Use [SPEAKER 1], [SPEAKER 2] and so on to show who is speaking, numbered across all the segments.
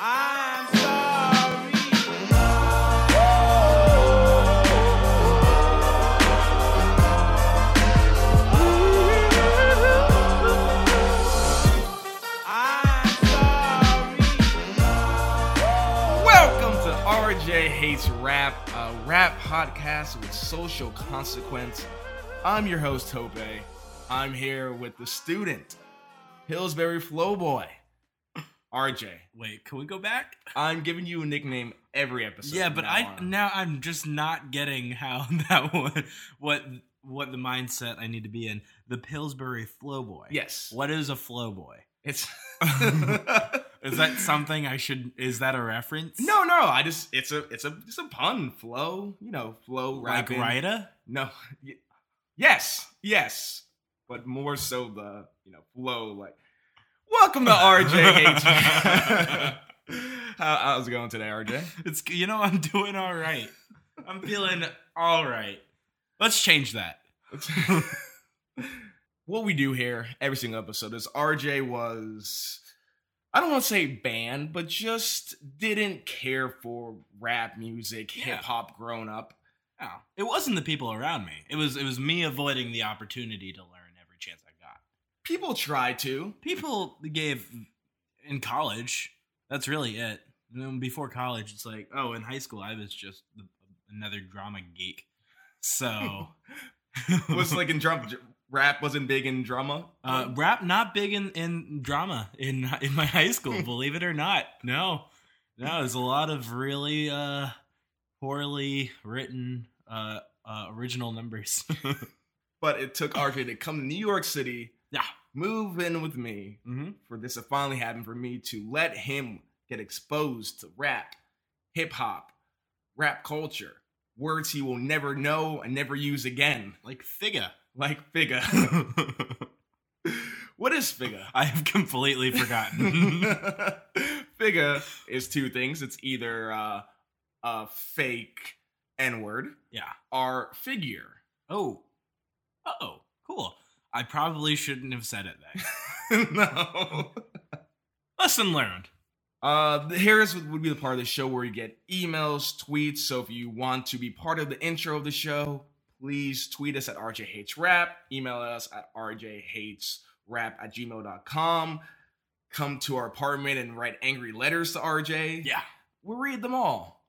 [SPEAKER 1] I'm sorry. I'm sorry. Welcome to RJ Hates Rap, a rap podcast with social consequence. I'm your host, Tope. I'm here with the student, Hillsbury Flowboy, RJ.
[SPEAKER 2] Wait, can we go back?
[SPEAKER 1] I'm giving you a nickname every episode.
[SPEAKER 2] yeah, but
[SPEAKER 1] from
[SPEAKER 2] I
[SPEAKER 1] now on.
[SPEAKER 2] now I'm just not getting how that one, what what the mindset I need to be in. The Pillsbury Flow Boy.
[SPEAKER 1] Yes.
[SPEAKER 2] What is a Flow Boy?
[SPEAKER 1] It's
[SPEAKER 2] Is that something I should? Is that a reference?
[SPEAKER 1] No, no. I just it's a it's a it's a pun. Flow, you know, flow.
[SPEAKER 2] Like
[SPEAKER 1] rapping.
[SPEAKER 2] Rida?
[SPEAKER 1] No. Y- Yes, yes, but more so the you know flow. Like, welcome to RJ. How, how's it going today, RJ?
[SPEAKER 2] It's you know I'm doing all right. I'm feeling all right. Let's change that.
[SPEAKER 1] what we do here every single episode is RJ was I don't want to say banned, but just didn't care for rap music,
[SPEAKER 2] Yeah.
[SPEAKER 1] hip hop growing up.
[SPEAKER 2] No,
[SPEAKER 1] Oh.
[SPEAKER 2] it wasn't the people around me. It was it was me avoiding the opportunity to learn every chance I got.
[SPEAKER 1] People try to.
[SPEAKER 2] people gave in college. That's really it. And then before college, it's like, oh, in high school, I was just the, another drama geek. So,
[SPEAKER 1] was like in drum rap wasn't big in drama.
[SPEAKER 2] uh, rap not big in, in drama in in my high school. believe it or not, no, no, there's a lot of really uh, poorly written uh, uh, original numbers.
[SPEAKER 1] but it took RJ to come to New York City,
[SPEAKER 2] yeah.
[SPEAKER 1] move in with me
[SPEAKER 2] Mm-hmm.
[SPEAKER 1] for this to finally happen for me to let him get exposed to rap, hip hop, rap culture, words he will never know and never use again,
[SPEAKER 2] Like Figa.
[SPEAKER 1] like Figa. what is Figa?
[SPEAKER 2] I have completely forgotten.
[SPEAKER 1] Figa is two things. It's either uh, a fake N word
[SPEAKER 2] yeah.
[SPEAKER 1] or figure.
[SPEAKER 2] Oh. Oh, cool. I probably shouldn't have said it then.
[SPEAKER 1] no.
[SPEAKER 2] Lesson learned.
[SPEAKER 1] Uh, here's what would be the part of the show where you get emails, tweets. So if you want to be part of the intro of the show, please tweet us at RJHateRap, email us at RJHatesRap at gmail.com. Come to our apartment and write angry letters to RJ.
[SPEAKER 2] Yeah.
[SPEAKER 1] We'll read them all.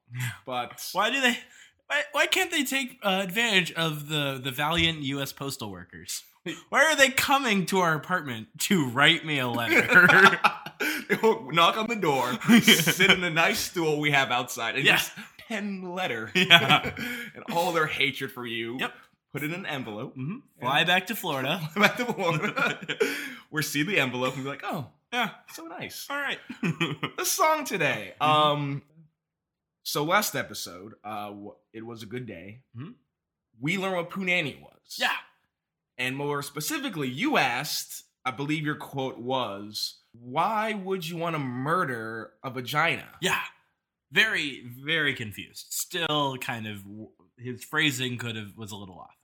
[SPEAKER 1] But
[SPEAKER 2] Why do they why, why can't they take uh, advantage of the the valiant US postal workers? Why are they coming to our apartment to write me a letter?
[SPEAKER 1] They'll knock on the door, sit in a nice stool we have outside, and
[SPEAKER 2] Yeah.
[SPEAKER 1] just pen the letter.
[SPEAKER 2] Yeah.
[SPEAKER 1] and all their hatred for you.
[SPEAKER 2] Yep.
[SPEAKER 1] Put in an envelope.
[SPEAKER 2] Mhm. Fly back to Florida.
[SPEAKER 1] Back to Florida. we see the envelope and be like, oh,
[SPEAKER 2] Yeah.
[SPEAKER 1] so nice.
[SPEAKER 2] All right. Mm-hmm.
[SPEAKER 1] The song today. Um, so last episode, uh, w- it was a good day.
[SPEAKER 2] Mhm.
[SPEAKER 1] We learned what punani was.
[SPEAKER 2] yeah.
[SPEAKER 1] And more specifically, you asked, I believe your quote was, why would you want to murder a vagina?
[SPEAKER 2] Yeah. Very very confused. Still kind of his phrasing could have was a little off.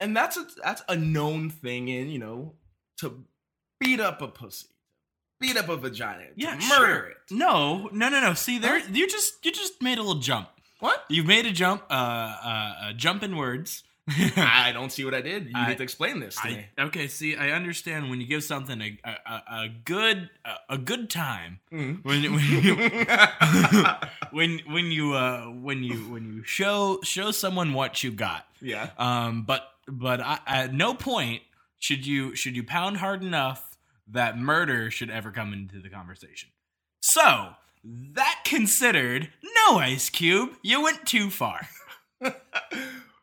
[SPEAKER 1] And that's a that's a known thing in, you know, to beat up a pussy, beat up a vagina, to
[SPEAKER 2] Yeah,
[SPEAKER 1] murder it.
[SPEAKER 2] No, no, no, no. See, there
[SPEAKER 1] Huh?
[SPEAKER 2] you just you just made a little jump.
[SPEAKER 1] What?
[SPEAKER 2] You've made a jump, uh, uh, a jump in words.
[SPEAKER 1] I don't see what I did. You
[SPEAKER 2] I-
[SPEAKER 1] need to explain this to me.
[SPEAKER 2] I, okay, see, I understand when you give something a a, a, a good a, a good time
[SPEAKER 1] Mm.
[SPEAKER 2] when when you when when you uh, when you when you show show someone what you got.
[SPEAKER 1] yeah.
[SPEAKER 2] Um, but but I, at no point should you should you pound hard enough that murder should ever come into the conversation. So that considered, no Ice Cube, you went too far.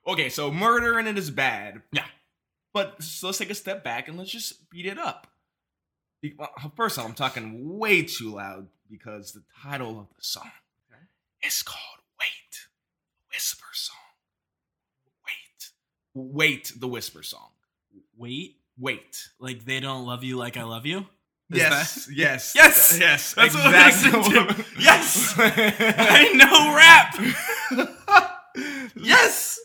[SPEAKER 1] Okay, so murdering it is bad.
[SPEAKER 2] Yeah.
[SPEAKER 1] But so let's take a step back and let's just beat it up. Be- well, First of all, I'm talking way too loud because the title of the song is called Wait. Whisper song. Wait. Wait, the whisper song.
[SPEAKER 2] Wait,
[SPEAKER 1] Wait.
[SPEAKER 2] like they don't love you like I love you. Is
[SPEAKER 1] yes, yes,
[SPEAKER 2] Yes!
[SPEAKER 1] yes.
[SPEAKER 2] That's what I listened to. Yes! I know rap.
[SPEAKER 1] know.
[SPEAKER 2] Yes.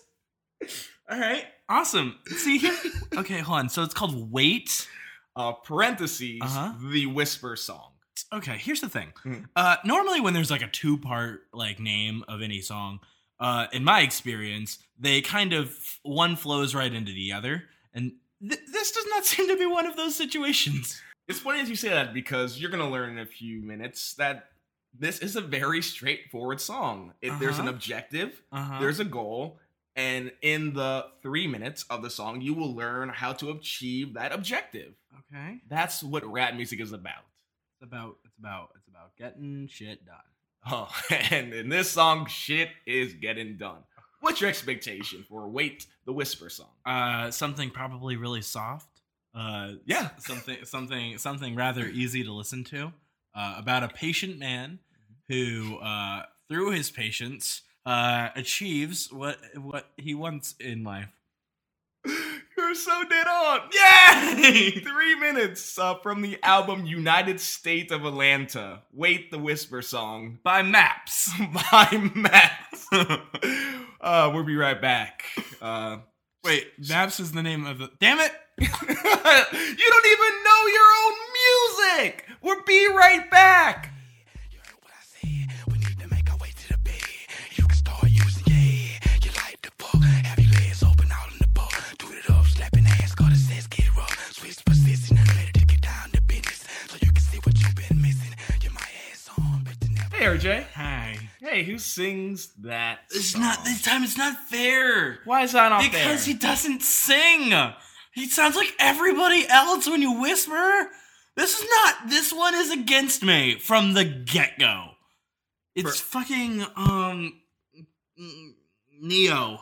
[SPEAKER 2] All right. Awesome. See here. Okay, hold on. So it's called Wait.
[SPEAKER 1] Uh, parentheses.
[SPEAKER 2] Uh-huh.
[SPEAKER 1] The whisper song.
[SPEAKER 2] Okay, here's the thing.
[SPEAKER 1] Mm.
[SPEAKER 2] Uh, normally, when there's like a two part like name of any song, uh, in my experience, they kind of one flows right into the other, and th- this does not seem to be one of those situations.
[SPEAKER 1] It's funny as you say that because you're gonna learn in a few minutes that this is a very straightforward song. If there's an
[SPEAKER 2] Uh-huh.
[SPEAKER 1] objective,
[SPEAKER 2] Uh-huh.
[SPEAKER 1] there's a goal, and in the three minutes of the song, you will learn how to achieve that objective.
[SPEAKER 2] okay.
[SPEAKER 1] That's what rap music is about.
[SPEAKER 2] It's about it's about it's about getting shit done.
[SPEAKER 1] Oh, and in this song, shit is getting done. What's your expectation for Wait the Whisper song?
[SPEAKER 2] Uh, something probably really soft. Uh,
[SPEAKER 1] Yeah.
[SPEAKER 2] something something something rather easy to listen to uh, about a patient man who uh, through his patience uh, achieves what what he wants in life
[SPEAKER 1] You're so dead on. Yay! Three minutes uh, from the album United State of Atlanta. Wait the Whisper song
[SPEAKER 2] by maps.
[SPEAKER 1] by Matt. uh, we'll be right back. Uh,
[SPEAKER 2] Wait, maps is the name of the. Damn it!
[SPEAKER 1] you don't even know your own music. We'll be right back.
[SPEAKER 3] You heard what I said. We need to make our way to the bed. You can start using your head. You like the book. Have your legs open out in the book. Do it up, slapping ass, got a sex, get rough. Switch position, ready to get down to business. So you can see what you've been missing. Get my ass on, but you never.
[SPEAKER 1] Hey, RJ.
[SPEAKER 2] Hi.
[SPEAKER 1] Hey, who sings that?
[SPEAKER 2] It's
[SPEAKER 1] song?
[SPEAKER 2] not this time. It's not fair.
[SPEAKER 1] Why is that not
[SPEAKER 2] Because
[SPEAKER 1] there?
[SPEAKER 2] he doesn't sing. He sounds like everybody else when you whisper. This is not. This one is against me from the get go. It's fucking um mm, Neo.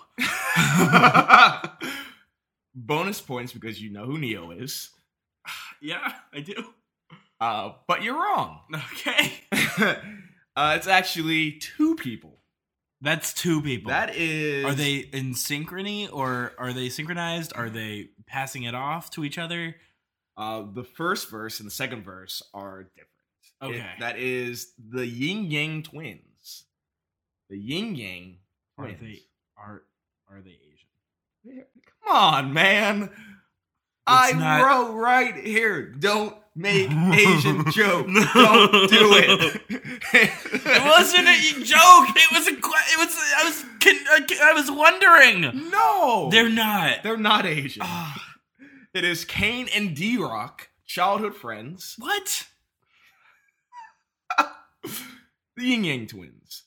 [SPEAKER 1] Bonus points because you know who Neo is.
[SPEAKER 2] Yeah, I do.
[SPEAKER 1] Uh, but you're wrong.
[SPEAKER 2] Okay,
[SPEAKER 1] uh, it's actually two people.
[SPEAKER 2] that's two people.
[SPEAKER 1] That is.
[SPEAKER 2] are they in synchrony or are they synchronized? Are they passing it off to each other?
[SPEAKER 1] Uh, the first verse and the second verse are different.
[SPEAKER 2] Okay.
[SPEAKER 1] It- that is the Yin Yang twins. The Yin Yang
[SPEAKER 2] Are
[SPEAKER 1] twins.
[SPEAKER 2] they are are they Asian?
[SPEAKER 1] Come on, man. I
[SPEAKER 2] not-
[SPEAKER 1] wrote right here. Don't make Asian joke. Don't do it.
[SPEAKER 2] It wasn't a joke. It was a. que- It was. I was. con- I c- I was wondering.
[SPEAKER 1] No,
[SPEAKER 2] They're not.
[SPEAKER 1] They're not Asian.
[SPEAKER 2] Ah,
[SPEAKER 1] It is Kane and D Rock, childhood friends,
[SPEAKER 2] what?
[SPEAKER 1] the Ying Yang twins.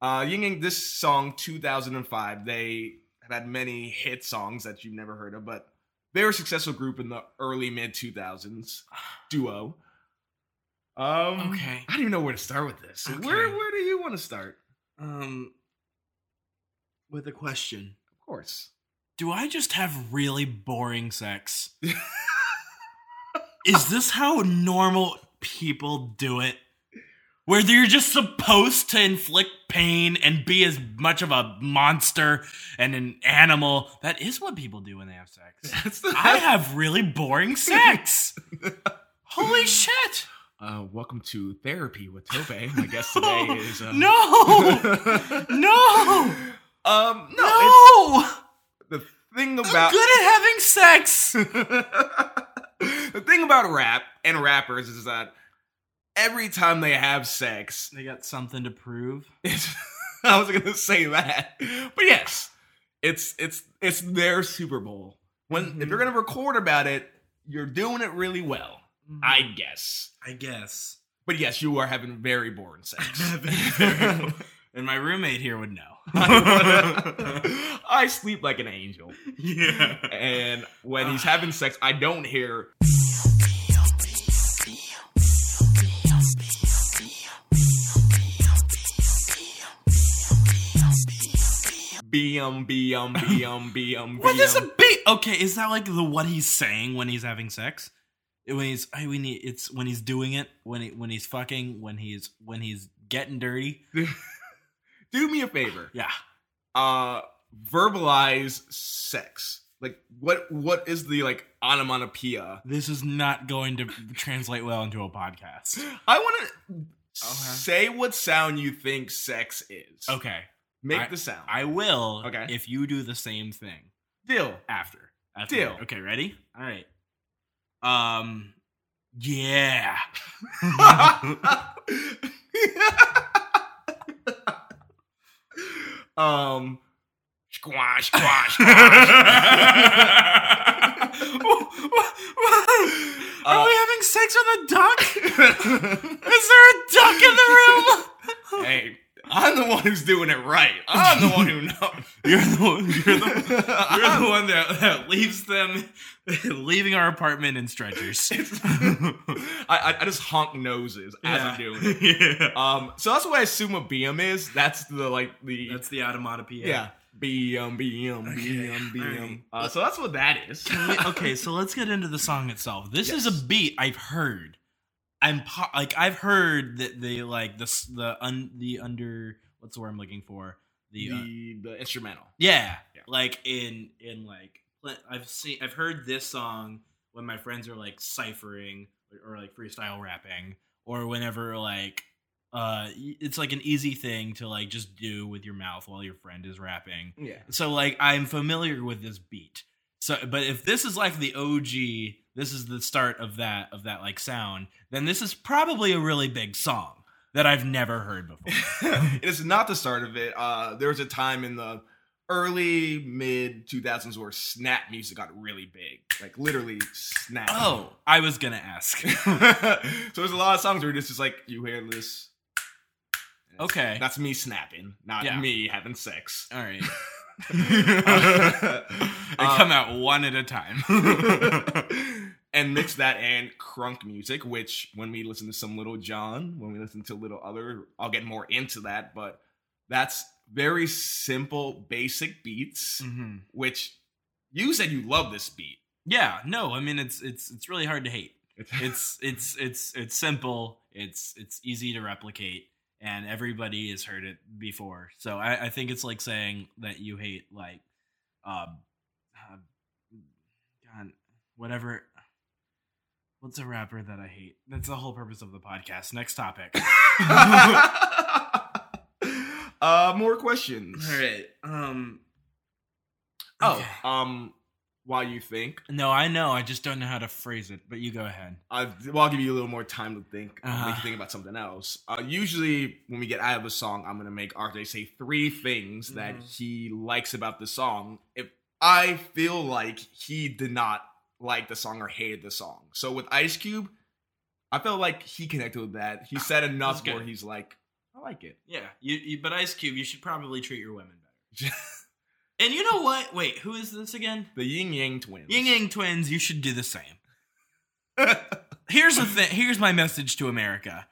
[SPEAKER 1] Uh, Ying Yang, this song, 2005, they have had many hit songs that you've never heard of, but they were a successful group in the early mid 2000s duo. Um,
[SPEAKER 2] Okay.
[SPEAKER 1] I don't even know where to start with this.
[SPEAKER 2] Okay.
[SPEAKER 1] Where, where do you want to start?
[SPEAKER 2] Um. With a question.
[SPEAKER 1] Of course.
[SPEAKER 2] Do I just have really boring sex? Is this how normal people do it? Where they're just supposed to inflict pain and be as much of a monster and an animal. That is what people do when they have sex.
[SPEAKER 1] That's the
[SPEAKER 2] I have really boring sex. Holy shit!
[SPEAKER 1] uh, welcome to therapy with Tope. My guest today is uh,
[SPEAKER 2] no, no,
[SPEAKER 1] um, no, It's
[SPEAKER 2] no!
[SPEAKER 1] the thing
[SPEAKER 2] I'm
[SPEAKER 1] about
[SPEAKER 2] good at having sex.
[SPEAKER 1] the thing about rap and rappers is that every time they have sex,
[SPEAKER 2] They got something to prove.
[SPEAKER 1] it's, I was gonna say that, but yes, it's it's it's their Super Bowl. When if you're gonna record about it, you're doing it really well, I guess.
[SPEAKER 2] I guess.
[SPEAKER 1] But yes, you are having very boring sex.
[SPEAKER 2] and my roommate here would know.
[SPEAKER 1] I sleep like an angel,
[SPEAKER 2] yeah.
[SPEAKER 1] and when he's having sex, I don't hear bm bm bm bm.
[SPEAKER 2] What is a
[SPEAKER 1] bm.
[SPEAKER 2] beat? Okay, is that like the what he's saying when he's having sex? When he's I when he, it's when he's doing it when he, when he's fucking when he's when he's getting dirty.
[SPEAKER 1] Do me a favor.
[SPEAKER 2] Yeah.
[SPEAKER 1] Uh, verbalize sex? Like what what is the like onomatopoeia?
[SPEAKER 2] This is not going to translate well into a podcast.
[SPEAKER 1] I want to say what sound you think sex is.
[SPEAKER 2] Okay.
[SPEAKER 1] Make the sound.
[SPEAKER 2] I will
[SPEAKER 1] Okay.
[SPEAKER 2] if you do the same thing
[SPEAKER 1] deal.
[SPEAKER 2] after. after
[SPEAKER 1] Deal.
[SPEAKER 2] Okay, ready? All right. Um yeah.
[SPEAKER 1] um squash squash
[SPEAKER 2] Are
[SPEAKER 1] Uh,
[SPEAKER 2] we having sex with a duck? Is there a duck in the room?
[SPEAKER 1] hey i'm the one who's doing it right i'm the one who knows
[SPEAKER 2] You're the one. You're the, you're
[SPEAKER 1] I'm-
[SPEAKER 2] the one that, that leaves them, leaving our apartment in stretchers.
[SPEAKER 1] I, I- I just honk noses as i'm doing it
[SPEAKER 2] Yeah.
[SPEAKER 1] um so that's what i assume a bm is that's the like the
[SPEAKER 2] That's the automatopoeia.
[SPEAKER 1] yeah bm bm bm bm uh, so that's what that is
[SPEAKER 2] okay, so let's get into the song itself. This is a beat I've heard. I'm po- like I've heard that they like the s- the un, the under what's the word I'm looking for the, uh,
[SPEAKER 1] the the instrumental
[SPEAKER 2] yeah,
[SPEAKER 1] Yeah.
[SPEAKER 2] like in in like pl- I've seen I've heard this song when my friends are like ciphering or, or like freestyle rapping or whenever like uh y- it's like an easy thing to like just do with your mouth while your friend is rapping
[SPEAKER 1] yeah
[SPEAKER 2] so like I'm familiar with this beat. So but if this is like the OG, this is the start of that of that like sound, then this is probably a really big song that I've never heard before.
[SPEAKER 1] it is not the start of it. Uh, there was a time in the early mid 2000s where snap music got really big, like literally snap.
[SPEAKER 2] oh, I was going to ask.
[SPEAKER 1] so there's a lot of songs where it's just like you hear this. and it's-
[SPEAKER 2] Okay.
[SPEAKER 1] that's me snapping, not
[SPEAKER 2] Yeah.
[SPEAKER 1] me having sex.
[SPEAKER 2] All right.
[SPEAKER 1] Uh,
[SPEAKER 2] I come out one at a time.
[SPEAKER 1] and mix that and crunk music, which when we listen to some Little John, when we listen to Little Other, I'll get more into that. But that's very simple, basic beats,
[SPEAKER 2] Mhm.
[SPEAKER 1] which you said you love this beat.
[SPEAKER 2] Yeah, no, I mean it's it's it's really hard to hate. It's it's it's it's simple. It's it's easy to replicate, and everybody has heard it before. So I, I think it's like saying that you hate like, um, uh, God, whatever. What's a rapper that I hate? That's the whole purpose of the podcast. Next topic.
[SPEAKER 1] uh, more questions.
[SPEAKER 2] right. Um.
[SPEAKER 1] Oh, um, while you think,
[SPEAKER 2] No, I know. I just don't know how to phrase it. But you go ahead.
[SPEAKER 1] I, well, I'll give you a little more time to think. uh Make
[SPEAKER 2] Uh-huh.
[SPEAKER 1] you think about something else. Uh, usually, when we get out of a song, I'm gonna make RJ say three things that
[SPEAKER 2] Mm-hmm.
[SPEAKER 1] he likes about the song. If I feel like he did not like the song or hated the song, so with Ice Cube, I felt like he connected with that. He said enough
[SPEAKER 2] Ah, that's good.
[SPEAKER 1] where he's like, "I like it."
[SPEAKER 2] Yeah, you, you. But Ice Cube, you should probably treat your women better. and you know what? Wait, who is this again?
[SPEAKER 1] The Yin Yang Twins.
[SPEAKER 2] Ying Yang Twins. You should do the same. here's the thing. Here's my message to America: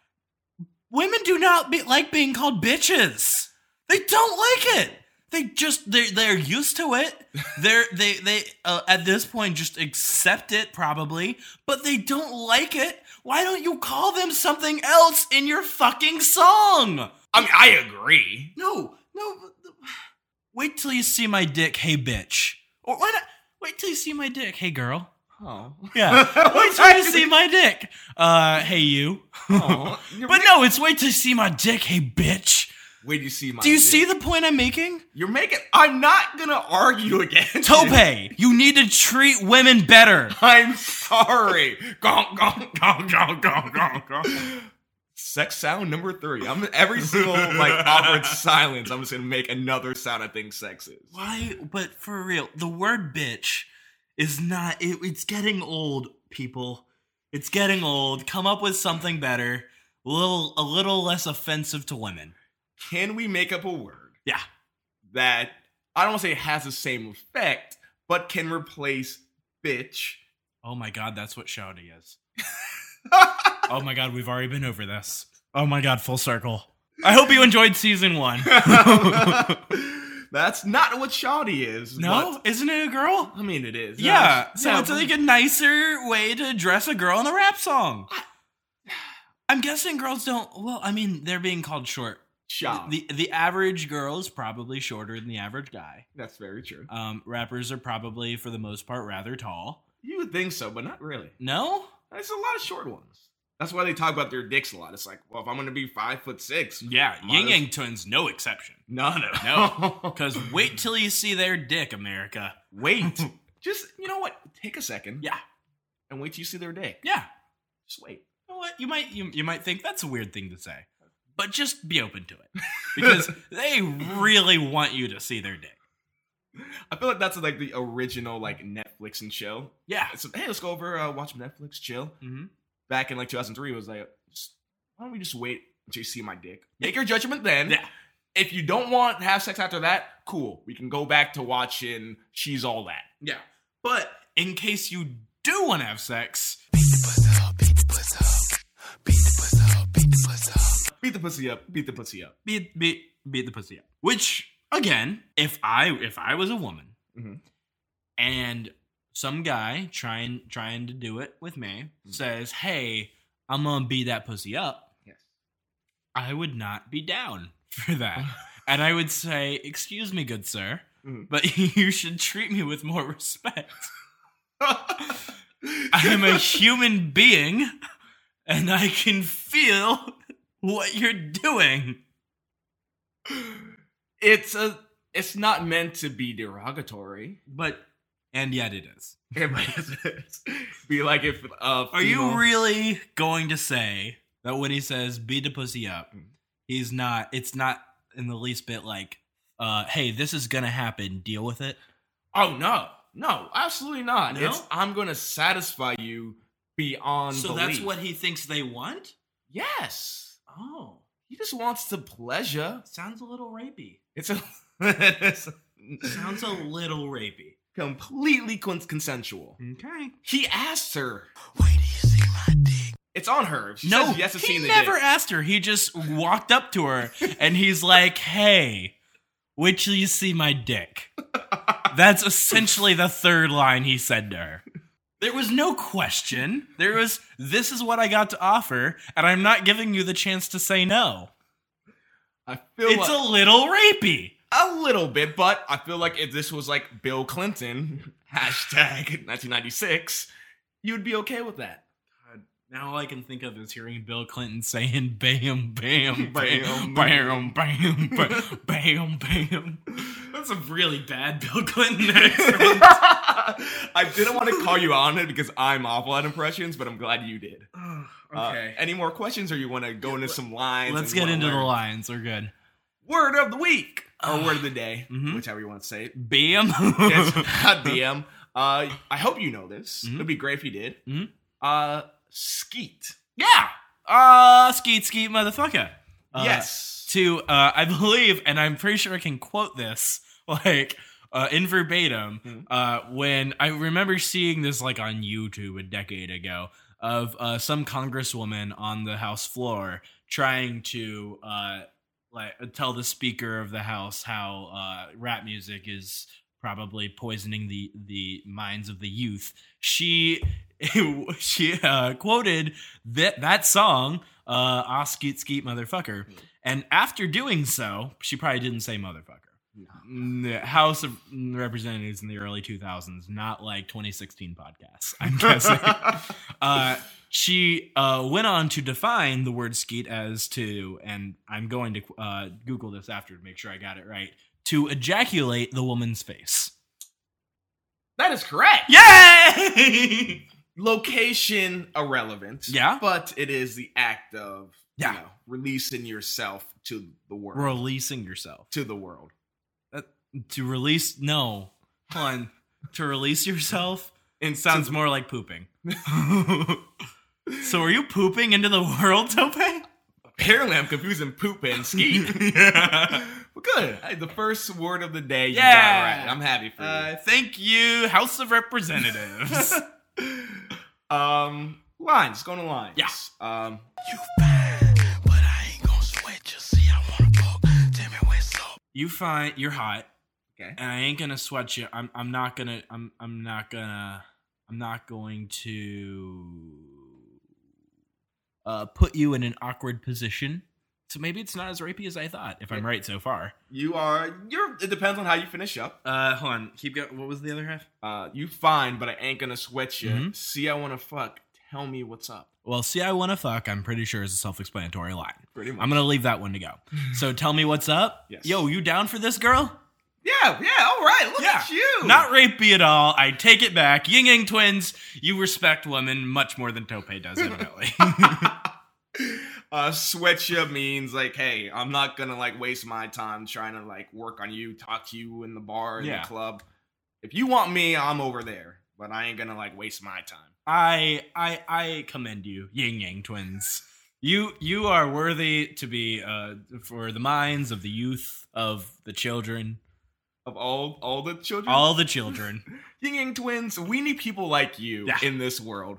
[SPEAKER 2] Women do not be, like being called bitches. They don't like it. They just they they're used to it. They're they they uh, at this point just accept it probably, but they don't like it. Why don't you call them something else in your fucking song?
[SPEAKER 1] I mean, I agree.
[SPEAKER 2] No, no. but the- Wait till you see my dick, hey bitch. Or why not? Wait till you see my dick, hey girl.
[SPEAKER 1] Oh,
[SPEAKER 2] Yeah. wait till you see my dick. Uh, hey you.
[SPEAKER 1] Aw, you're
[SPEAKER 2] but
[SPEAKER 1] ma-
[SPEAKER 2] no, it's wait till you see my dick, hey bitch.
[SPEAKER 1] Wait, do you see my?
[SPEAKER 2] Do you
[SPEAKER 1] dick?
[SPEAKER 2] see the point I'm making?
[SPEAKER 1] You're making. I'm not gonna argue against it.
[SPEAKER 2] Tope, you need to treat women better.
[SPEAKER 1] I'm sorry. gong, gong, gong, gong, gong, gong, gong. Sex sound number three. I'm every single like awkward silence. I'm just gonna make another sound. I think sex is.
[SPEAKER 2] Why? But for real, the word bitch is not. It, it's getting old, people. It's getting old. Come up with something better. A little, a little less offensive to women.
[SPEAKER 1] Can we make up a word
[SPEAKER 2] Yeah.
[SPEAKER 1] that I don't want to say has the same effect, but can replace bitch?
[SPEAKER 2] Oh my god, that's what shouty is. oh my god, we've already been over this. Oh my god, full circle. I hope you enjoyed season one.
[SPEAKER 1] That's not what shoddy is.
[SPEAKER 2] No, isn't it a girl?
[SPEAKER 1] but- I mean it is.
[SPEAKER 2] Yeah.
[SPEAKER 1] No,
[SPEAKER 2] So it's
[SPEAKER 1] but-
[SPEAKER 2] like a nicer way to address a girl in a rap song. I'm guessing girls don't. Well, I mean, they're being called short
[SPEAKER 1] Shop.
[SPEAKER 2] The the average girl is probably shorter than the average guy.
[SPEAKER 1] That's very true.
[SPEAKER 2] Um, rappers are probably for the most part rather tall.
[SPEAKER 1] You would think so, but not really.
[SPEAKER 2] No?
[SPEAKER 1] There's a lot of short ones. That's why they talk about their dicks a lot. It's like, well, if I'm going to be five foot six,
[SPEAKER 2] Yeah,
[SPEAKER 1] might
[SPEAKER 2] Ying
[SPEAKER 1] as-
[SPEAKER 2] Yang Twins, no exception.
[SPEAKER 1] No, no,
[SPEAKER 2] No, because wait till you see their dick, America.
[SPEAKER 1] wait. Just you know what? Take a second.
[SPEAKER 2] Yeah.
[SPEAKER 1] And wait till you see their dick.
[SPEAKER 2] Yeah,
[SPEAKER 1] Just wait.
[SPEAKER 2] you know what you might you, you might think that's a weird thing to say, but just be open to it because they really want you to see their dick.
[SPEAKER 1] I feel like that's like the original like Netflix and chill.
[SPEAKER 2] Yeah.
[SPEAKER 1] So hey, let's go over uh, watch Netflix, chill.
[SPEAKER 2] Mm-hmm.
[SPEAKER 1] Back in like 2003, it was like, just- why don't we just wait until you see my dick? Make your judgment then.
[SPEAKER 2] Yeah.
[SPEAKER 1] If you don't want to have sex after that, cool. We can go back to watching She's All That.
[SPEAKER 2] Yeah. But in case you do want to have sex,
[SPEAKER 3] Beat the pussy up, beat the pussy up. Beat the pussy up, beat the pussy up.
[SPEAKER 1] Beat the pussy up. Beat the pussy up.
[SPEAKER 2] beat beat beat the pussy up. Which again, if I if I was a woman
[SPEAKER 1] Mhm.
[SPEAKER 2] and some guy trying trying to do it with me says, "Hey, I'm gonna beat that pussy up,"
[SPEAKER 1] Yes.
[SPEAKER 2] I would not be down for that, and I would say, "Excuse me, good sir."
[SPEAKER 1] Mhm.
[SPEAKER 2] But you should treat me with more respect. I am a human being and I can feel what you're doing.
[SPEAKER 1] it's a. It's not meant to be derogatory.
[SPEAKER 2] But and yet it is.
[SPEAKER 1] It might as well be like if uh,
[SPEAKER 2] Are you
[SPEAKER 1] female-
[SPEAKER 2] really going to say that when he says beat the pussy up, he's not it's not in the least bit like uh hey, this is gonna happen, deal with it.
[SPEAKER 1] Oh no, no, absolutely not.
[SPEAKER 2] No?
[SPEAKER 1] It's I'm gonna satisfy you beyond.
[SPEAKER 2] So
[SPEAKER 1] belief.
[SPEAKER 2] that's what he thinks they want?
[SPEAKER 1] Yes,
[SPEAKER 2] Oh.
[SPEAKER 1] he just wants to pleasure.
[SPEAKER 2] Sounds a little rapey.
[SPEAKER 1] It's a. it's
[SPEAKER 2] Sounds a little rapey.
[SPEAKER 1] completely con- consensual.
[SPEAKER 2] Okay.
[SPEAKER 1] He asked her.
[SPEAKER 3] Wait till you see my dick.
[SPEAKER 1] It's on her. If She
[SPEAKER 2] No,
[SPEAKER 1] says yes to
[SPEAKER 2] he
[SPEAKER 1] seeing the
[SPEAKER 2] never
[SPEAKER 1] dick.
[SPEAKER 2] asked her. He just walked up to her and he's like, "Hey, wait till you see my dick." That's essentially the third line he said to her. There was no question. There was, "This is what I got to offer, and I'm not giving you the chance to say no."
[SPEAKER 1] I feel like,
[SPEAKER 2] It's a little rapey.
[SPEAKER 1] a little bit, but I feel like if this was like Bill Clinton hashtag 1996, you'd be okay with that.
[SPEAKER 2] Now all I can think of is hearing Bill Clinton saying "bam, bam, bam,
[SPEAKER 1] Bam,
[SPEAKER 2] bam, bam, bam, bam, bam." That's a really bad Bill Clinton accent.
[SPEAKER 1] I didn't want to call you on it because I'm awful at impressions, but I'm glad you did. Uh, any more questions, or you want to go into some lines? and
[SPEAKER 2] Let's
[SPEAKER 1] you
[SPEAKER 2] get
[SPEAKER 1] wanna
[SPEAKER 2] into the
[SPEAKER 1] learn?
[SPEAKER 2] lines. We're good.
[SPEAKER 1] Word of the week or word of the day,
[SPEAKER 2] Mhm.
[SPEAKER 1] whichever you want to say. it.
[SPEAKER 2] Bam.
[SPEAKER 1] Yes, DM. Uh, I hope you know this.
[SPEAKER 2] Mhm.
[SPEAKER 1] It'd be great if you did.
[SPEAKER 2] Mhm.
[SPEAKER 1] Uh, skeet.
[SPEAKER 2] yeah. Uh, skeet skeet motherfucker. Uh,
[SPEAKER 1] yes.
[SPEAKER 2] To uh, I believe, and I'm pretty sure I can quote this like uh, in verbatim.
[SPEAKER 1] Mhm.
[SPEAKER 2] Uh, when I remember seeing this like on YouTube a decade ago of uh, some congresswoman on the House floor trying to uh, like tell the Speaker of the House how uh, rap music is probably poisoning the the minds of the youth. She she uh, quoted that that song, uh, "Ah skeet skeet motherfucker," and after doing so, she probably didn't say motherfucker. The House of Representatives in the early 2000s, not like 2016 podcasts. I'm guessing. uh, she uh, went on to define the word skeet as to, and I'm going to uh, Google this after to make sure I got it right, to ejaculate the woman's face.
[SPEAKER 1] That is correct.
[SPEAKER 2] Yay!
[SPEAKER 1] Location irrelevant.
[SPEAKER 2] Yeah.
[SPEAKER 1] But it is the act of
[SPEAKER 2] Yeah.
[SPEAKER 1] you know, releasing yourself to the world.
[SPEAKER 2] Releasing yourself.
[SPEAKER 1] To the world.
[SPEAKER 2] To release, no. Hold on. to release yourself
[SPEAKER 1] And
[SPEAKER 2] sounds more like pooping. so are you pooping into the world, Tope?
[SPEAKER 1] Apparently, I'm confusing poop and skeet. well, good. Hey, the first word of the day. You
[SPEAKER 2] Yeah.
[SPEAKER 1] got right. I'm happy for
[SPEAKER 2] Uh, thank you, House of Representatives.
[SPEAKER 1] you. Um, lines. Going to lines.
[SPEAKER 2] Yeah.
[SPEAKER 1] Um,
[SPEAKER 3] You fine, but I ain't gonna sweat you. See, I wanna fuck. Tell me what's up.
[SPEAKER 2] you find you're hot.
[SPEAKER 1] Okay.
[SPEAKER 2] And I ain't gonna sweat you. I'm I'm not gonna I'm I'm not gonna I'm not going to uh put you in an awkward position So maybe it's not as rapey as I thought, if I'm right so far.
[SPEAKER 1] You are. You're. It depends on how you finish up.
[SPEAKER 2] Uh, hold on. Keep going. What was the other half?
[SPEAKER 1] Uh, you fine, but I ain't gonna sweat you.
[SPEAKER 2] Mhm.
[SPEAKER 1] See, I wanna fuck. Tell me what's up.
[SPEAKER 2] Well, see, I wanna fuck. I'm pretty sure is a self-explanatory line.
[SPEAKER 1] Pretty much.
[SPEAKER 2] I'm gonna leave that one to go. So tell me what's up.
[SPEAKER 1] Yes.
[SPEAKER 2] Yo, you down for this, girl?
[SPEAKER 1] yeah. Yeah. All right. Look
[SPEAKER 2] Yeah.
[SPEAKER 1] at you.
[SPEAKER 2] Not rapey at all. I take it back. Ying Yang twins, you respect women much more than Tope does, evidently.
[SPEAKER 1] uh, sweat you means like, hey, I'm not gonna like waste my time trying to like work on you, talk to you in the bar, in
[SPEAKER 2] Yeah.
[SPEAKER 1] the club. If you want me, I'm over there, but I ain't gonna like waste my time.
[SPEAKER 2] I I I commend you, Ying Yang twins. You you are worthy to be uh, for the minds of the youth, of the children,
[SPEAKER 1] Of all all the children,
[SPEAKER 2] all the children.
[SPEAKER 1] Ying Yang twins, we need people like you
[SPEAKER 2] Yeah.
[SPEAKER 1] in this world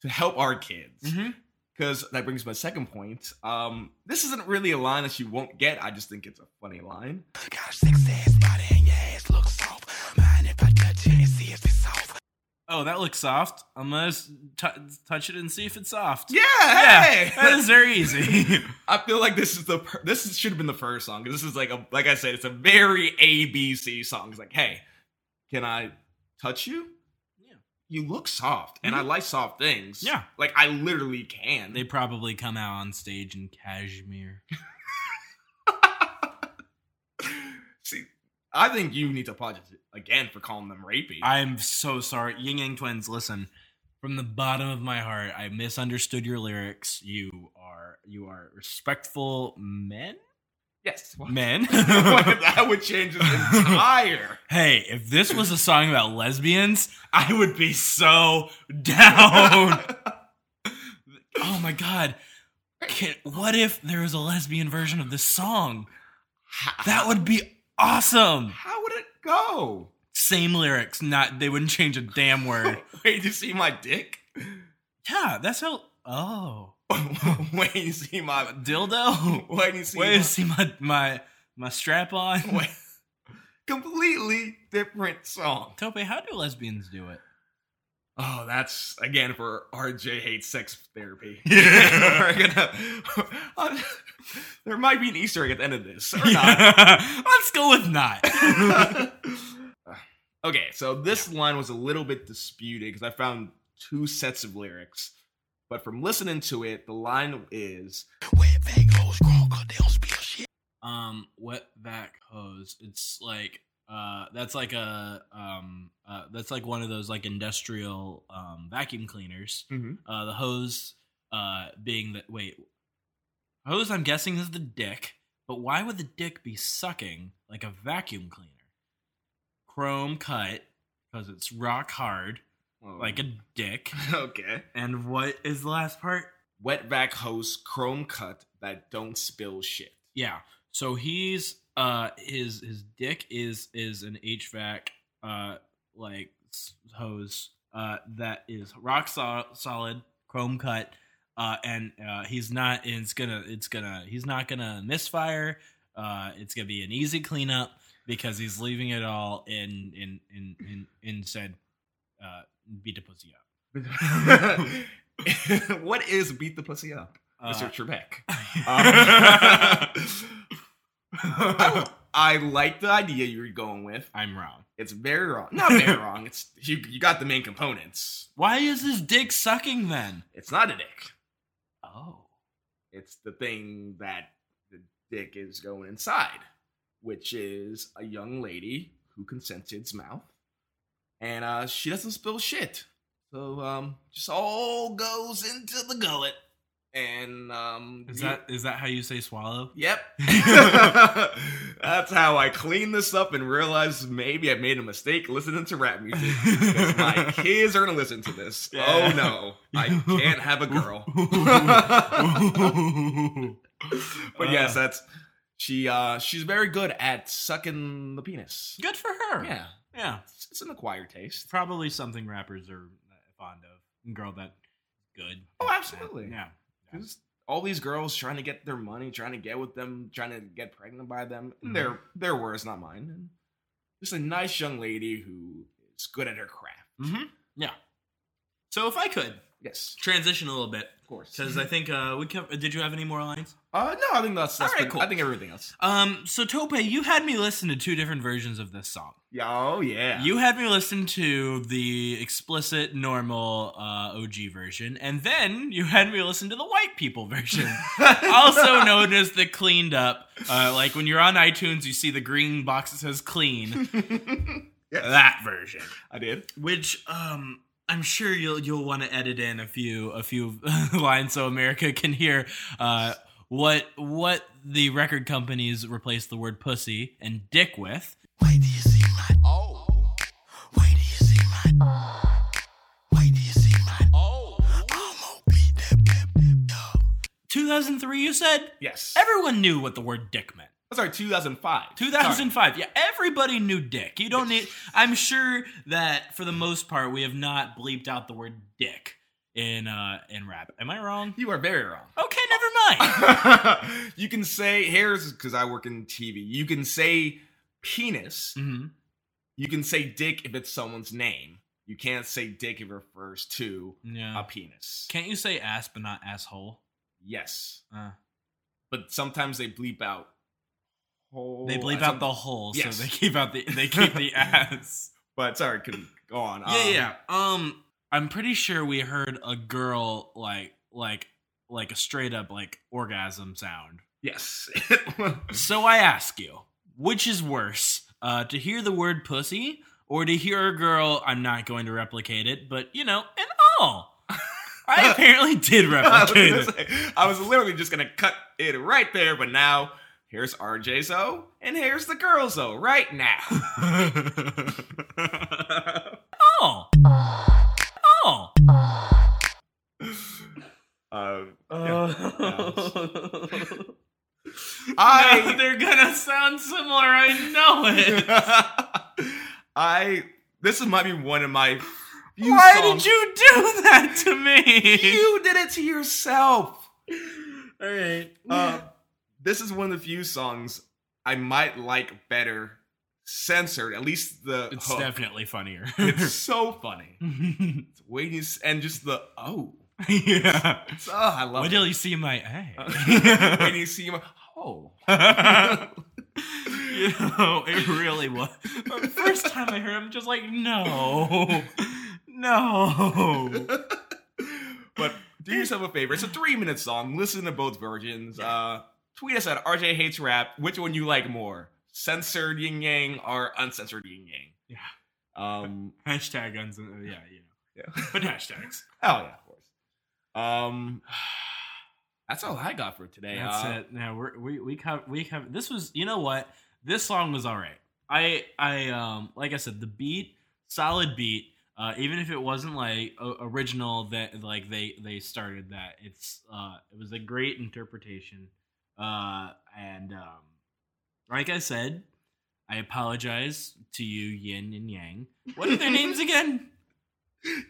[SPEAKER 1] to help our kids.
[SPEAKER 2] Mhm.
[SPEAKER 1] Because that brings my second point. Um, this isn't really a line that you won't get. I just think it's a funny line.
[SPEAKER 3] Got a six ass body and your ass looks soft. Mind if I touch it and see if it's soft?
[SPEAKER 2] Oh, that looks soft. I'm gonna s- t- touch it and see if it's soft.
[SPEAKER 1] Yeah,
[SPEAKER 2] Yeah,
[SPEAKER 1] hey!
[SPEAKER 2] that is very easy.
[SPEAKER 1] I feel like this is the per- this is, should have been the first song. 'cause This is like a like I said, it's a very ABC song. It's like, hey, can I touch you?
[SPEAKER 2] Yeah. Mm-hmm.
[SPEAKER 1] Yeah. You look soft, and I like soft things.
[SPEAKER 2] Yeah.
[SPEAKER 1] like I literally can.
[SPEAKER 2] they probably come out on stage in cashmere.
[SPEAKER 1] See, I think you need to apologize again for calling them rapey.
[SPEAKER 2] I'm so sorry, Ying Yang twins. Listen, from the bottom of my heart, I misunderstood your lyrics. You are you are respectful men.
[SPEAKER 1] yes,
[SPEAKER 2] Men.
[SPEAKER 1] that would change this entire.
[SPEAKER 2] Hey, if this was a song about lesbians, I would be so down. oh my god. Can, what if there was a lesbian version of this song? That would be awesome.
[SPEAKER 1] How would it go?
[SPEAKER 2] Same lyrics, not they wouldn't change a damn word.
[SPEAKER 1] Wait, you see my dick?
[SPEAKER 2] Yeah, that's how Oh.
[SPEAKER 1] Wait, you see my
[SPEAKER 2] Dildo?
[SPEAKER 1] Wait, you see
[SPEAKER 2] Wait
[SPEAKER 1] my-
[SPEAKER 2] to see my my my strap on.
[SPEAKER 1] Wait. Completely different song.
[SPEAKER 2] Tope, how do lesbians do it?
[SPEAKER 1] Oh, that's again for RJ hates sex therapy.
[SPEAKER 2] Yeah.
[SPEAKER 1] We're gonna- there might be an Easter egg at the end of this, or not.
[SPEAKER 2] Let's go with not.
[SPEAKER 1] okay, so this line was a little bit disputed because I found two sets of lyrics, but from listening to it, the line is
[SPEAKER 3] Wet fake hoes grown 'cause they don't spill shit.
[SPEAKER 2] um wet back hose it's like uh that's like a um uh, that's like one of those like industrial um vacuum cleaners
[SPEAKER 1] Mhm.
[SPEAKER 2] uh the hose uh being the wait hose i'm guessing is the dick but why would the dick be sucking like a vacuum cleaner chrome cut because it's rock hard like a dick
[SPEAKER 1] um, okay
[SPEAKER 2] and what is the last part
[SPEAKER 1] wet vac hose chrome cut that don't spill shit.
[SPEAKER 2] Yeah. So he's uh his his dick is is an HVAC uh like s- hose uh that is rock sol- solid chrome cut uh and uh he's not and it's gonna it's gonna he's not gonna misfire uh it's gonna be an easy cleanup because he's leaving it all in in in in, in said uh beat the pussy up.
[SPEAKER 1] what is beat the pussy up?
[SPEAKER 2] Uh,
[SPEAKER 1] Mr. Trebek. Um, I, Um, I like the idea you were going with.
[SPEAKER 2] I'm wrong.
[SPEAKER 1] It's very wrong. Not very wrong. It's you, you got the main components.
[SPEAKER 2] Why is his dick sucking then?
[SPEAKER 1] It's not a dick.
[SPEAKER 2] Oh.
[SPEAKER 1] It's the thing that the dick is going inside, which is a young lady who consented mouth, and uh, she doesn't spill shit. So um, just all goes into the gullet, and um,
[SPEAKER 2] Is
[SPEAKER 1] you-
[SPEAKER 2] that is that how you say swallow?
[SPEAKER 1] Yep. That's how I cleaned this up and realized maybe I made a mistake listening to rap music. 'Cause My kids are gonna listen to this.
[SPEAKER 2] Yeah.
[SPEAKER 1] Oh no, I can't have a girl. but yes,
[SPEAKER 2] Uh.
[SPEAKER 1] that's she. uh She's very good at sucking the penis.
[SPEAKER 2] Good for her.
[SPEAKER 1] Yeah,
[SPEAKER 2] Yeah.
[SPEAKER 1] it's, it's an acquired taste.
[SPEAKER 2] Probably something rappers are uh, fond of. Girl that good.
[SPEAKER 1] Oh, absolutely.
[SPEAKER 2] Yeah.
[SPEAKER 1] 'Cause all these girls trying to get their money, trying to get with them, trying to get pregnant by them.
[SPEAKER 2] Mhm.
[SPEAKER 1] Their their words, not mine. And just a nice young lady who is good at her craft.
[SPEAKER 2] Mm-hmm. Yeah. So if I could,
[SPEAKER 1] Yes,
[SPEAKER 2] transition a little bit
[SPEAKER 1] of course.
[SPEAKER 2] because I think uh, we covered. Did you have any more lines?
[SPEAKER 1] Uh, no, I think that's, that's
[SPEAKER 2] All right,
[SPEAKER 1] pretty-
[SPEAKER 2] cool.
[SPEAKER 1] I think everything else.
[SPEAKER 2] Um, so Tope, you had me listen to two different versions of this song.
[SPEAKER 1] Yeah, Oh yeah.
[SPEAKER 2] You had me listen to the explicit normal uh, OG version, and then you had me listen to the white people version, also known as the cleaned up. Uh, like when you're on iTunes, you see the green box that says clean. That version,
[SPEAKER 1] I did.
[SPEAKER 2] which um, I'm sure you'll you'll want to edit in a few a few lines so America can hear uh, what what the record companies replace the word pussy and dick with.
[SPEAKER 3] Wait till you see my oh. Wait till you see my oh. Wait till you see my oh. I'ma beat that that- that dub.
[SPEAKER 2] 2003, you said.
[SPEAKER 1] Yes.
[SPEAKER 2] Everyone knew what the word dick meant.
[SPEAKER 1] I'm sorry, 2005.
[SPEAKER 2] 2005. Yeah, everybody knew dick. You don't need. I'm sure that for the most part, we have not bleeped out the word dick in uh in rap. Am I wrong?
[SPEAKER 1] You are very wrong.
[SPEAKER 2] Okay, never mind.
[SPEAKER 1] you can say here's because I work in TV. You can say penis.
[SPEAKER 2] hmm
[SPEAKER 1] You can say dick if it's someone's name. You can't say dick if it refers to a
[SPEAKER 2] Yeah.
[SPEAKER 1] penis.
[SPEAKER 2] Can't you say ass but not asshole?
[SPEAKER 1] Yes,
[SPEAKER 2] Uh,
[SPEAKER 1] but sometimes they bleep out. Whole,
[SPEAKER 2] they bleep out the hole,
[SPEAKER 1] Yes.
[SPEAKER 2] so they keep out the they keep the ass.
[SPEAKER 1] But sorry, couldn't go on.
[SPEAKER 2] yeah, yeah. Um, I'm pretty sure we heard a girl like like like a straight up like orgasm sound
[SPEAKER 1] Yes.
[SPEAKER 2] So I ask you, which is worse, uh, to hear the word pussy or to hear a girl? I'm not going to replicate it, but you know, and all. I apparently did
[SPEAKER 1] I was,
[SPEAKER 2] replicate
[SPEAKER 1] gonna
[SPEAKER 2] it.
[SPEAKER 1] say, I was literally just gonna cut it right there, but now here's RJ's O and here's the girl's O right now.
[SPEAKER 2] All. All. Uh,
[SPEAKER 1] Um, Uh,
[SPEAKER 2] I,
[SPEAKER 1] I,
[SPEAKER 2] they're gonna sound similar. I know it.
[SPEAKER 1] I, this might be one of my. few
[SPEAKER 2] Why
[SPEAKER 1] songs-
[SPEAKER 2] did you do that to me?
[SPEAKER 1] You did it to yourself.
[SPEAKER 2] All right.
[SPEAKER 1] Uh, this is one of the few songs I might like better censored. At least the
[SPEAKER 2] it's
[SPEAKER 1] hook.
[SPEAKER 2] definitely funnier.
[SPEAKER 1] It's so funny. It's way you s- and just the oh,
[SPEAKER 2] yeah.
[SPEAKER 1] It's- oh, I love
[SPEAKER 2] Wait
[SPEAKER 1] it.
[SPEAKER 2] till you see my ass.
[SPEAKER 1] when you see him, oh.
[SPEAKER 2] you know, it really was. The first time I heard him, just like, no, no.
[SPEAKER 1] but do yourself a favor. It's a three minute song. Listen to both versions. Uh, tweet us at RJ Hates Rap. Which one you like more? Censored Yin Yang or uncensored Yin Yang?
[SPEAKER 2] Yeah.
[SPEAKER 1] Um,
[SPEAKER 2] Hashtag uns. Yeah, you know.
[SPEAKER 1] yeah.
[SPEAKER 2] But hashtags.
[SPEAKER 1] Oh, yeah, of course. Um, that's all I got for today.
[SPEAKER 2] That's
[SPEAKER 1] Uh,
[SPEAKER 2] it. Now we're, we we cover we cover. This was you know what this song was all right. I I um like I said the beat solid beat. Uh, even if it wasn't like o- original that like they they started that it's uh it was a great interpretation. Uh, and um, like I said, I apologize to you Yin and Yang. What are their names again?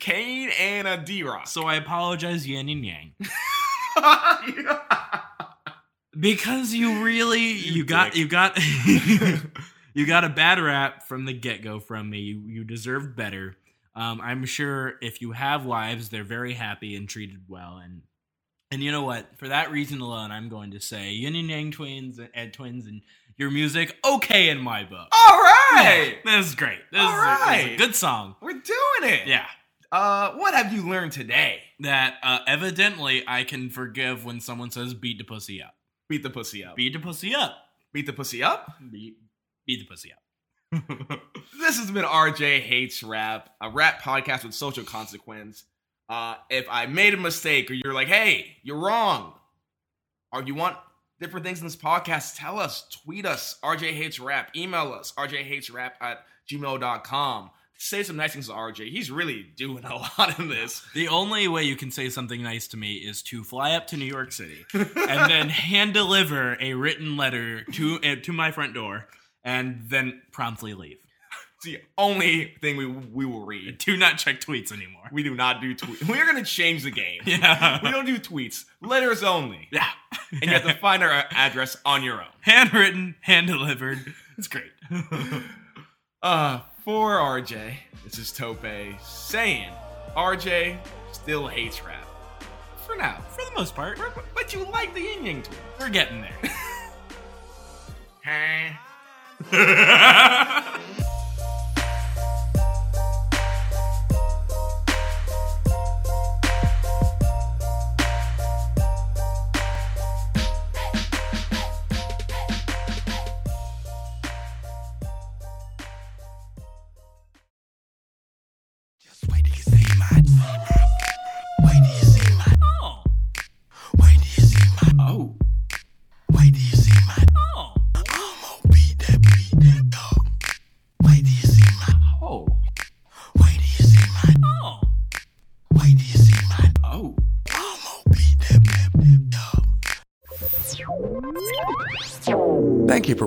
[SPEAKER 1] Kane and a D Rock.
[SPEAKER 2] So I apologize Yin and Yang. Because you really you,
[SPEAKER 1] You
[SPEAKER 2] got
[SPEAKER 1] dick.
[SPEAKER 2] you got you got a bad rap from the get go from me. You you deserved better. Um, I'm sure if you have wives, they're very happy and treated well. And and you know what? For that reason alone, I'm going to say Yin and Yang twins and twins and your music okay in my book.
[SPEAKER 1] all right.
[SPEAKER 2] Yeah, this is great. This,
[SPEAKER 1] All
[SPEAKER 2] is, a, this is a
[SPEAKER 1] right.
[SPEAKER 2] good song.
[SPEAKER 1] We're doing it.
[SPEAKER 2] Yeah,
[SPEAKER 1] Uh, what have you learned today?
[SPEAKER 2] that uh, evidently I can forgive when someone says beat the pussy up.
[SPEAKER 1] Beat the pussy up.
[SPEAKER 2] Beat the pussy up.
[SPEAKER 1] Beat the pussy up.
[SPEAKER 2] Beat beat the pussy up.
[SPEAKER 1] This has been RJ Hates Rap, a rap podcast with social consequence. Uh, if I made a mistake or you're like, hey, you're wrong, or you want different things in this podcast, tell us, tweet us, RJ Hates Rap, email us, RJ Hates Rap at gmail.com. Say some nice things to RJ. He's really doing a lot in this.
[SPEAKER 2] The only way you can say something nice to me is to fly up to New York City and then hand deliver a written letter to uh, to my front door and then promptly leave.
[SPEAKER 1] It's the only thing we, we will read.
[SPEAKER 2] Do not check tweets anymore.
[SPEAKER 1] We do not do tweets. We're going to change the game.
[SPEAKER 2] Yeah.
[SPEAKER 1] We don't do tweets, letters only.
[SPEAKER 2] yeah.
[SPEAKER 1] And you have to find our address on your own.
[SPEAKER 2] handwritten, hand delivered. It's great.
[SPEAKER 1] Uh, for RJ, this is Tope saying, RJ still hates rap. For now.
[SPEAKER 2] For the most part, we're,
[SPEAKER 1] But you like the yin yang twins.
[SPEAKER 2] we're getting there.
[SPEAKER 1] Huh?
[SPEAKER 3] Just wait till you see my. Wait till you see my.
[SPEAKER 2] oh,
[SPEAKER 3] Wait till you see my.
[SPEAKER 1] Oh.
[SPEAKER 3] Wait till you see my.
[SPEAKER 2] oh,
[SPEAKER 3] I'ma beat that beat that dog. Wait till you see my.
[SPEAKER 1] Oh.
[SPEAKER 3] Wait till you see my.
[SPEAKER 2] oh,
[SPEAKER 3] Wait till you see my.
[SPEAKER 1] Oh.
[SPEAKER 3] I'ma beat that beat that dog.
[SPEAKER 4] Thank you for